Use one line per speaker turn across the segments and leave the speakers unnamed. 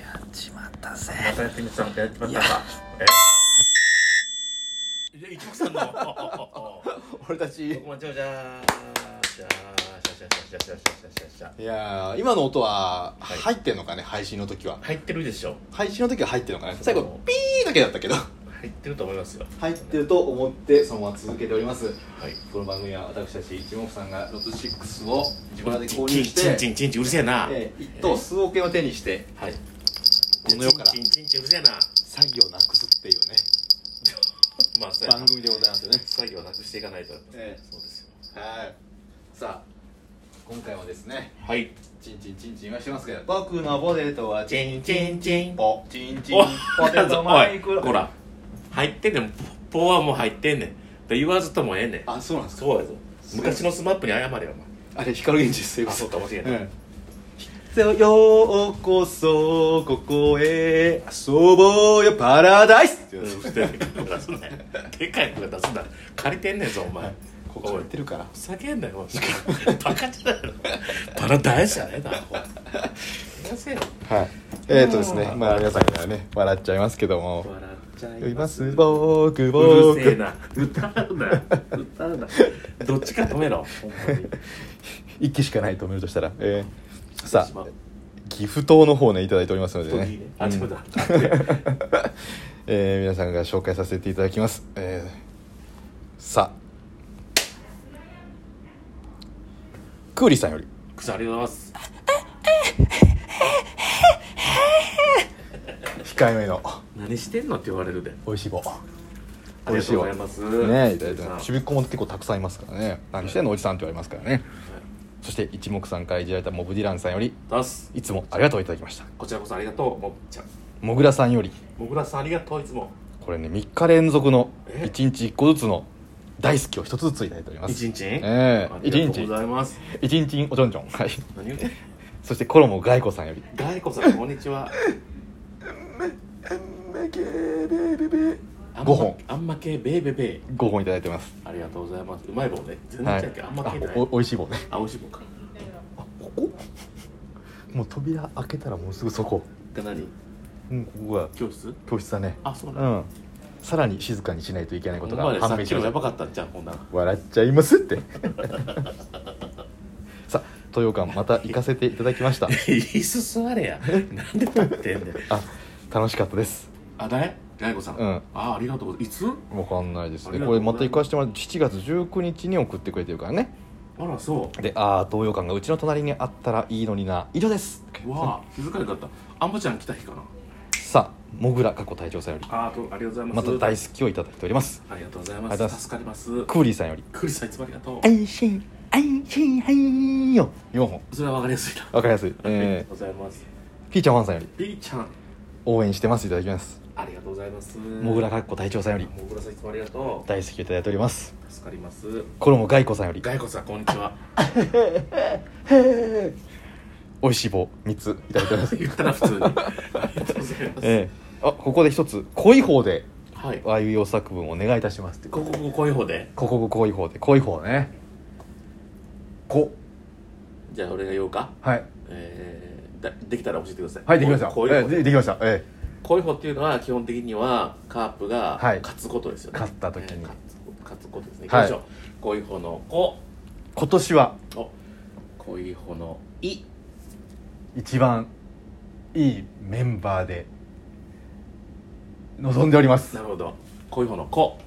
ったぜ
またやってみたまたやってみ
い
た
や
かえじゃあ行きますかもう
俺たち
どこまでじゃじゃーんじゃーしゃしゃしゃしゃしゃしゃしゃしゃ
いやー今の音は
はい
入ってんのかね、配信の時は
入ってるでしょ
配信の時は入ってるのかね最後ピーだけだったけど
入ってると思いますよ
入ってると思ってそのまま続けております
はい
この番組は私たち一目さんがロト6を自腹で
チン
購
チ
入
ン
し
チンチ
て、
ンチンチンうるせえな
えー、一等数億円を手にして
はい
この世から
チンチンチンチンうるせえな
詐欺をなくすっていうね
まあそうや
番
な
組でございますよね
作業なくしていかないと
え
そうですよ
はいさあ今回はですね
はい
チンチンチンチンはしてますけど僕のポテトはチン
チンチンチン
ポチンチン
お
ポテトマイク
おいほら入ってんねんポポはもう入ってんねんと言わずともええねん
あそうなんですか
そうやぞ昔のスマップに謝れよお前
あれ光源氏です
あそうかもしれない、
うんようこそここへ遊ぼうよパラダイスって
う
や
ん
つ
でかい声出すなよでかい声出すなよ借りてんねんぞお前
ここ
お
や
い
ってるから
ふざけんなよバカじゃないのパラダイスじゃねえなほらやせよ
はいえっ、ー、とですねまあ皆さんからね笑っちゃいますけども
笑っちゃ
います
う
僕
る
僕
せえな歌うな歌うなどっちか止めろほんまに
一気しかないと思うとしたら、えー、さ
しま
あ
う
ギフ等の方ねいただいておりますので
本当
ね
にいいね
う
あ
ん
ちょっと待って
えー皆さんが紹介させていただきます、えーさあクーリーさんより
くそありがとうございます
控えめの
何してんのって言われるで
美味しい棒
ありがとうございます
ねいただいてますち
さ
びっこも結構たくさんいますからね何してんのおじさんって言われますからねそして一目散会いじられたモブディランさんより
あ出す
いつもありがとういただきました
こちらこそありがとうもっちゃん
もぐらさんより
もぐらさんありがとういつも
これね3日連続の
え
1日1個ずつの大好きを1つずついただいておりま
一
す
日
ええ
ありがとうございます
一日おちょんちょんはい
何言うてん
そしてコロモガイコさんより
ガイコさんこんにちはあんま
五本
あんま系ベーベーベー
5本いただいてます
ありがとうございますうまい棒ね全然
は
違
いう
けどあんま系ない
おおいしい棒ね
あ美味しい棒か
ここもう扉開けたらもうすぐそこ
で何
うんここが
教室
教室だね
あそう
う
なん
んさらに静かにしないといけないこ
ほ
と
ん
が
までさ
判
っ
明
き
し
の
ま
や
し
ば
た
かったんじゃんほんなら
笑っちゃいますって さあ豊館また行かせていただき ました
椅子座れや なんで立ってんねん
あ楽しかったです
あ誰ガイコさん、
うん
あありがとうございますいつ
わかんないです
あり
ね
が
こと
う
れ
ご
ま
ざ
た
います
行かせてもらって7月19日に送ってくれてるからね
あらそ
でああ東洋館がうちの隣にあったらいいのにな以上です
うわあ静かになったあんまちゃん来た日かな
さあもぐら過去隊長さんより
あーとありがとうございま
ますた大好きをいただいております
ありがとうござい
あ
ま
りがとうござい
す
ます
助かります
クーリーさんより
クリスさんいつもありがとう
安心安心はいよ4本
それはわかりやすいな
わかりやすい
ありが
え
とうございます
ー、ピーちゃんワンさんより
B ちゃん
応援してますいただきます
ありがとうございます
もぐらかっこ隊長さんより
もぐらさんいつもありがと
大好きをいただいております
う助かります
これもガイコさんより
ガイコさんこんにちは
美味しい棒3ついただいてお ります
言ったら普通にありがとうございます、
えー、あここで一つ濃い方で
はいこ
あいうよ作文お願いいたしますって
ここここういう方で
こここういう方でこういう方ねこ
じゃあ俺が言おうか
はい
えー、だできたら教えてください
はいできました
こういう
え
方
でできましたえ
こういう方っていうのは基本的にはカープが
はい
勝つことですよね、
勝った時に
勝つ勝つことですねいき
はい
ましょう、こういう方の「こ
え今年は」
おこういう方の「い」
一番いいメンバーで臨んでおります
なるほどこういう方の「こ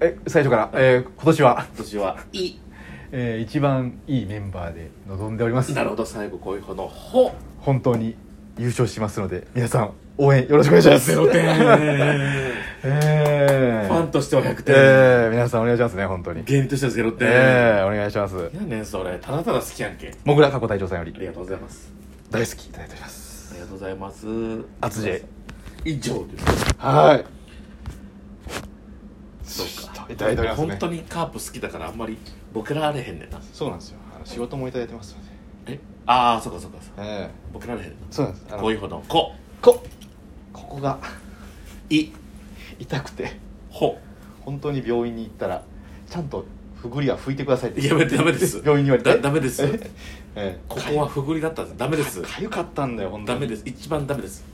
え最初から、えー今年は」、
私は「い
えー一番いいメンバーで臨んでおりま」す
なるほど最後こういう方の「ほ
本当に優勝しますので皆さん応援よろしくお願いし」ます
ゼロ点 フ
え
ァ
ー
ンとしては100点、
えー皆さんお願いしますね本当に
ゲームとしてはゼロ点、
えーお願いします
いやねんそれただただ好きやんけ
もぐら過去隊長さんよ
あり
り
がとうございます
大好きいただいております
ありがとうございます
あつじえ
以上です
はい
そうか
いただいておりますね
本当にカープ好きだからあんまりボケられへんねんな
そうなんですよあの仕事もいただいてますので
えああそうかそうかそうか
え
ボケられへんねん
え
な
そうなんですあの
こういうほどこ
こここが
い
痛くて
ほ
本当に病院に行ったらちゃんとふぐりは拭いてくださいって
やめてダメです
病院に言われて
だダメです
ええ
ここは不ぐりだったんですダメです
かゆかったんだよ本当
ダ
に
メです一番ダメです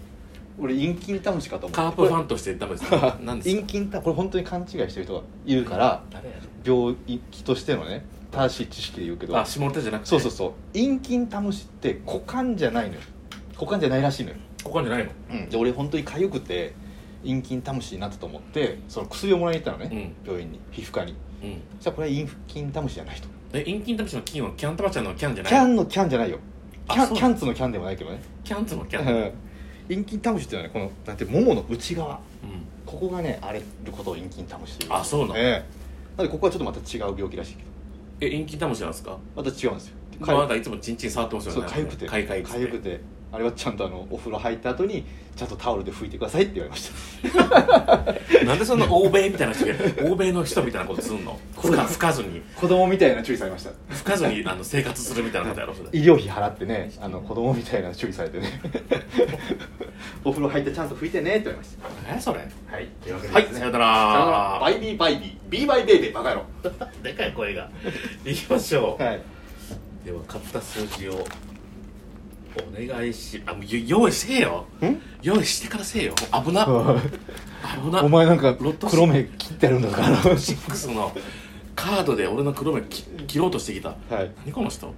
俺陰菌タムシかと思う
カープファンとしてダメ ですか何です
陰
か
菌タこれ本当に勘違いしてる人がいるから
誰やろ
病気としてのね正しい知識で言うけど
あ下ネタじゃなくて
そうそうそう陰菌タムシって股間じゃないのよ股間じゃないらしいのよ、
股間じゃないの
うん、で俺本当に痒くて陰菌タムシになったと思ってその薬をもらいに行ったの
う
ね、
ん
病院に皮膚科に
うん
じゃあこれは陰菌タムシじゃないと
え陰菌タムシの菌はキャンタマちゃんのキャンじゃない
キャンのキャンじゃないよキ
あ
ャ
そ
ン
う
キャンツのキャンでもないけどね
キャンツのキャン
うん陰菌タムシっていうのはねこのなんてももの内側
うん
ここがね荒れることを陰菌タムシという
あそうなの
ええなのでここはちょっとまた違う病気らしいけど
え陰菌タムシなんですか
また違うんですよ
まああなたいつもチンチン触ってますよ
そう
ね
痒くて
かゆかゆ
痒くてあれはちゃんとあのお風呂入った後にちゃんとタオルで拭いてくださいって言われました
なんでそんな欧米みたいな人が欧米の人みたいなことすんの吹か吹かずに
子供みたいな注意されました
吹かずにあの生活するみたいなことやろそれ
医療費払ってねあの子供みたいな注意されてね お風呂入ってちゃんと拭いてねって言われまし
えそれ
たはいというわけで
はい
ですね
さよな
さよなら
ら
バイビーバイビービーバイベイベーバカ野郎
でかい声がいきましょう、
はい
では買った数字をお願いしあもうよ用意せえよ用意してからせえよ危な危な
お前なんか
ロット
黒目切ってるんだから
シックスのカードで俺の黒目き切ろうとしてきた
はい
何この人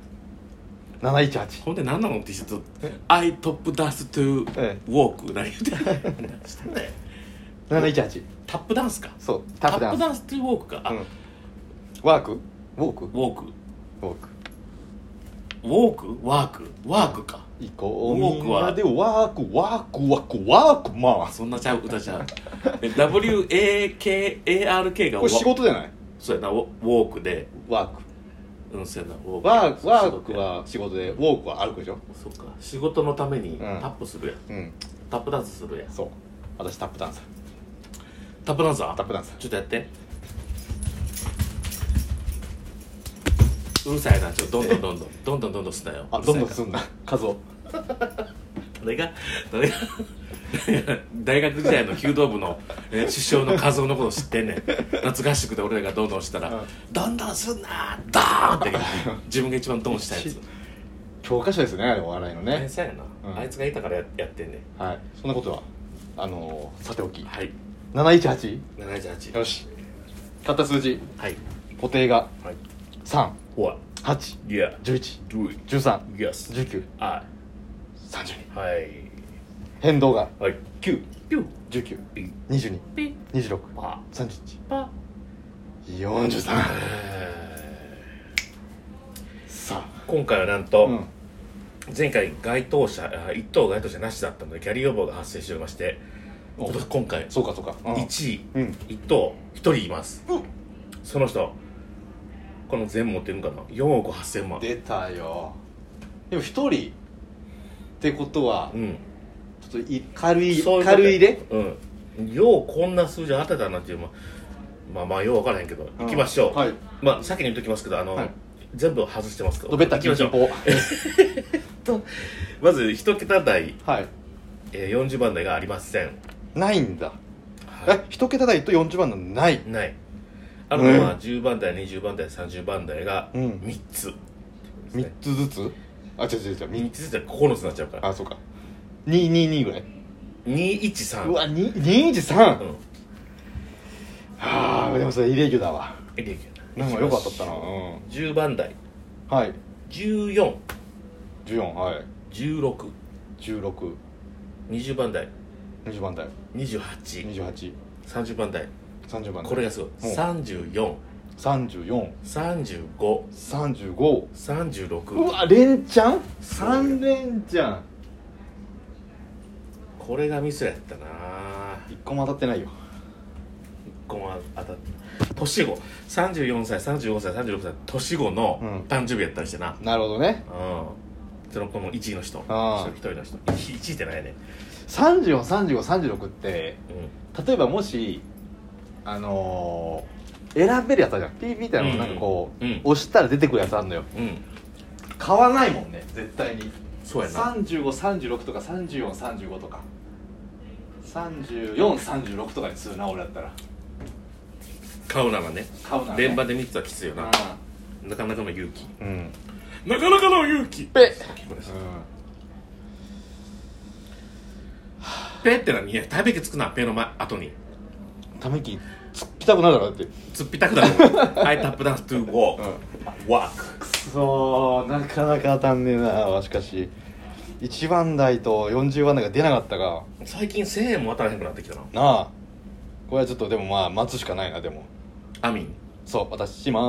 718
ほんで何なの T シャツ「I top dance to
え
walk」何言ってんの何してんだよ
718
タップダンスか
そう
タ
タップダ
ップ
ンス
ダンストゥウォークか、あ
う
ウ
んワークウォークウ
ォーク
ォーク
ウォークワークワークか
行こう
ウォークは
みんなでワークワークワークワークマ
そんなちゃう歌ちゃうえ WAKARK
ン
が
こ
わ
れ仕事じゃない
そうやなウォウォークで
ワーク
うんそうやなウォーク
ワークワ
仕
ー
事
ク
や
は仕事でウォークは歩くでしょ
そうか仕事のために
ん
タップするやん、
うん
タップダンスするやん
そう私タップダンサー
タップダンサー
タップダンサー
ちょっとやってうるさいなちょっとどんどんどんどんどんどんどんどんすなよ
あどんどん
うるさ
す
いから
んな数を
誰が誰が大学時代の弓道部の、えー主将の和夫のこと知ってんねん夏合宿で俺らがどんどんしたら
う
「
ん
どんどんすんなードーン!」って言う自分が一番ドンしたやつ
教科書ですねあれお笑いの
天
ね
才やな、
うん
あいつがいたからややってんね
はいそんなことはあのーさておき
んはい
718?
78
よし買った数字
はい
固定が
はい
3
What?
8
Yeah
11
Do it
13
Yes
19
I
32
はい
変動が
はい
9
You
19
Be
22
Be
26
Pa
31
Pa
43
え
さ
ー今回はなん
あ
と、
うん
前回該当者あ1等該当者なしだったのでキャリーオーバーが発生しておりまして
お
今年今回
そうかそうかうん
1位、
うん
一1等1人います、その人この全持ってるんかな4億8000万
出たよでも一人ってことは
うん
ちょっとい軽い
そううこと
軽いで
うんようこんな数字当てたなっていうまあまあまあよう分からへんけど、
うん
いきましょう、
はい
まあ先に言っときますけどあの、
はい
全部外してますけど
ドベッタ
いきましょう
金
とまず1桁台、
はい
えー、40番台がありません、
ないんだ
はい
え一桁台と40番なんてない
ないあるのは10番台20番台30番台が
うん
3つ、
三つずつあ違う違う違う
三
み
3つじゃ9つになっちゃうから
あそうか222ぐらい
213
うわに213
うん
はあでもそれイレギュだわ
エリ
なんかよく当たったなうん
10番台
はい
141620
14はい1620
番台
番台
2830
2830
番台
番台
これがすごい343536
3435うわ連チャン三連チャン
これがミスやったな
一個も当たってないよ
この当たった年子34歳35歳36歳年子の
うん
誕生日やったりしてな、
なるほどね
うんそのこの1位の人
あー
一人の人1位ってないね
343536って例えばもしあのー選べるやつあるじゃんピーピーってや
う
の
ん
なんかこう、
うん
押したら出てくるやつあるのよ
うんうん
買わないもんね絶対に
そうやな
3536とか3435とか3436とかにするな俺だったら
買うならね
買うなら、ね、
連番で3つはきついよななかなかの勇気
うん、うん、
なかなかの勇気
ぺ
これさ「ペ」って何やため息つくなペの前後に
ため息突っぴたくなるだろだって
突っぴたくな るはいタップダンストゥーウォーク、ワーク
くそーなかなか当たんねえなわしかし1番台と40番台が出なかったが
最近1000円も当たらへんくなってきたな
なあこれはちょっとでもまあ待つしかないなでも
アミン
そう私待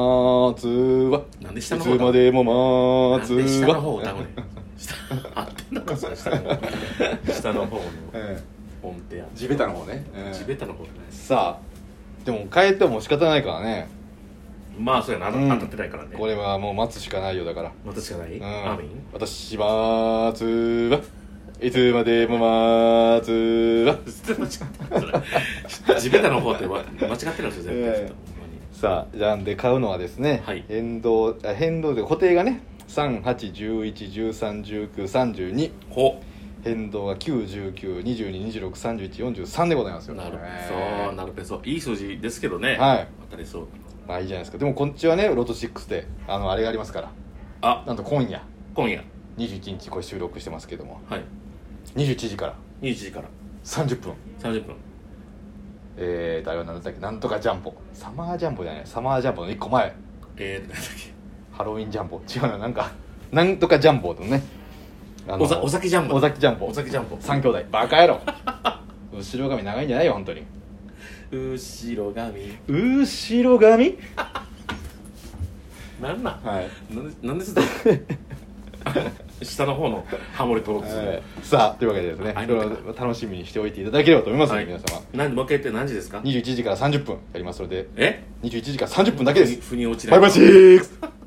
つわ
なんで
い
下の
つ
方歌
ま
う
でも
なん
待つ
で下の方歌う
わ
ねん下合ってんのかそれ下の方下の方の
え
音程や
え地べたの方ねええ
地べたの方じゃないです
さあでも変えても仕方ないからね
まあそうやな
うん
当た当たってないからね
これはもう待つしかないよだから
またしかない
うん
アミ ン
私待つわいつまでも待つわ
間違ってる地べたの方ってわ間違ってるんですよ絶対
ええさあじゃあんで買うのはですね、
はい
変動あ変動で固定がね3811131932
ほ
変動が91922263143でございますよ
なるペソなるペソいい数字ですけどね
はい
当たりそう
まあいいじゃないですかでもこっちはねロト6であのあれがありますから
あ
なんと今夜
今夜
21日これ収録してますけども
はい
21時から
21時から
30分
30分
えーとあれは何だったっけなんとかジャンボサマージャンボじゃないサマージャンボの1個前
えーとなんだっ
ハロウィンジャンボ違うななんかなんとかジャンボのねあ
けおざお酒ジャンボ
尾崎ジャンボ
お酒ジャンボ
三兄弟バカ 野郎後ろ髪長いんじゃないよ本当に
後ろ髪
後ろ髪
なんなん
はい、
なんでなんでち ょっと下の方のハモリ取ろうとするの
えーさあというわけでですね
はい
これを楽しみにしておいていただければと思いますので、
はい
皆様
何もう一回言って何時ですか
21時から30分やりますので
え
21時から30分だけです
腑に落ちな
バイ
い
バイチー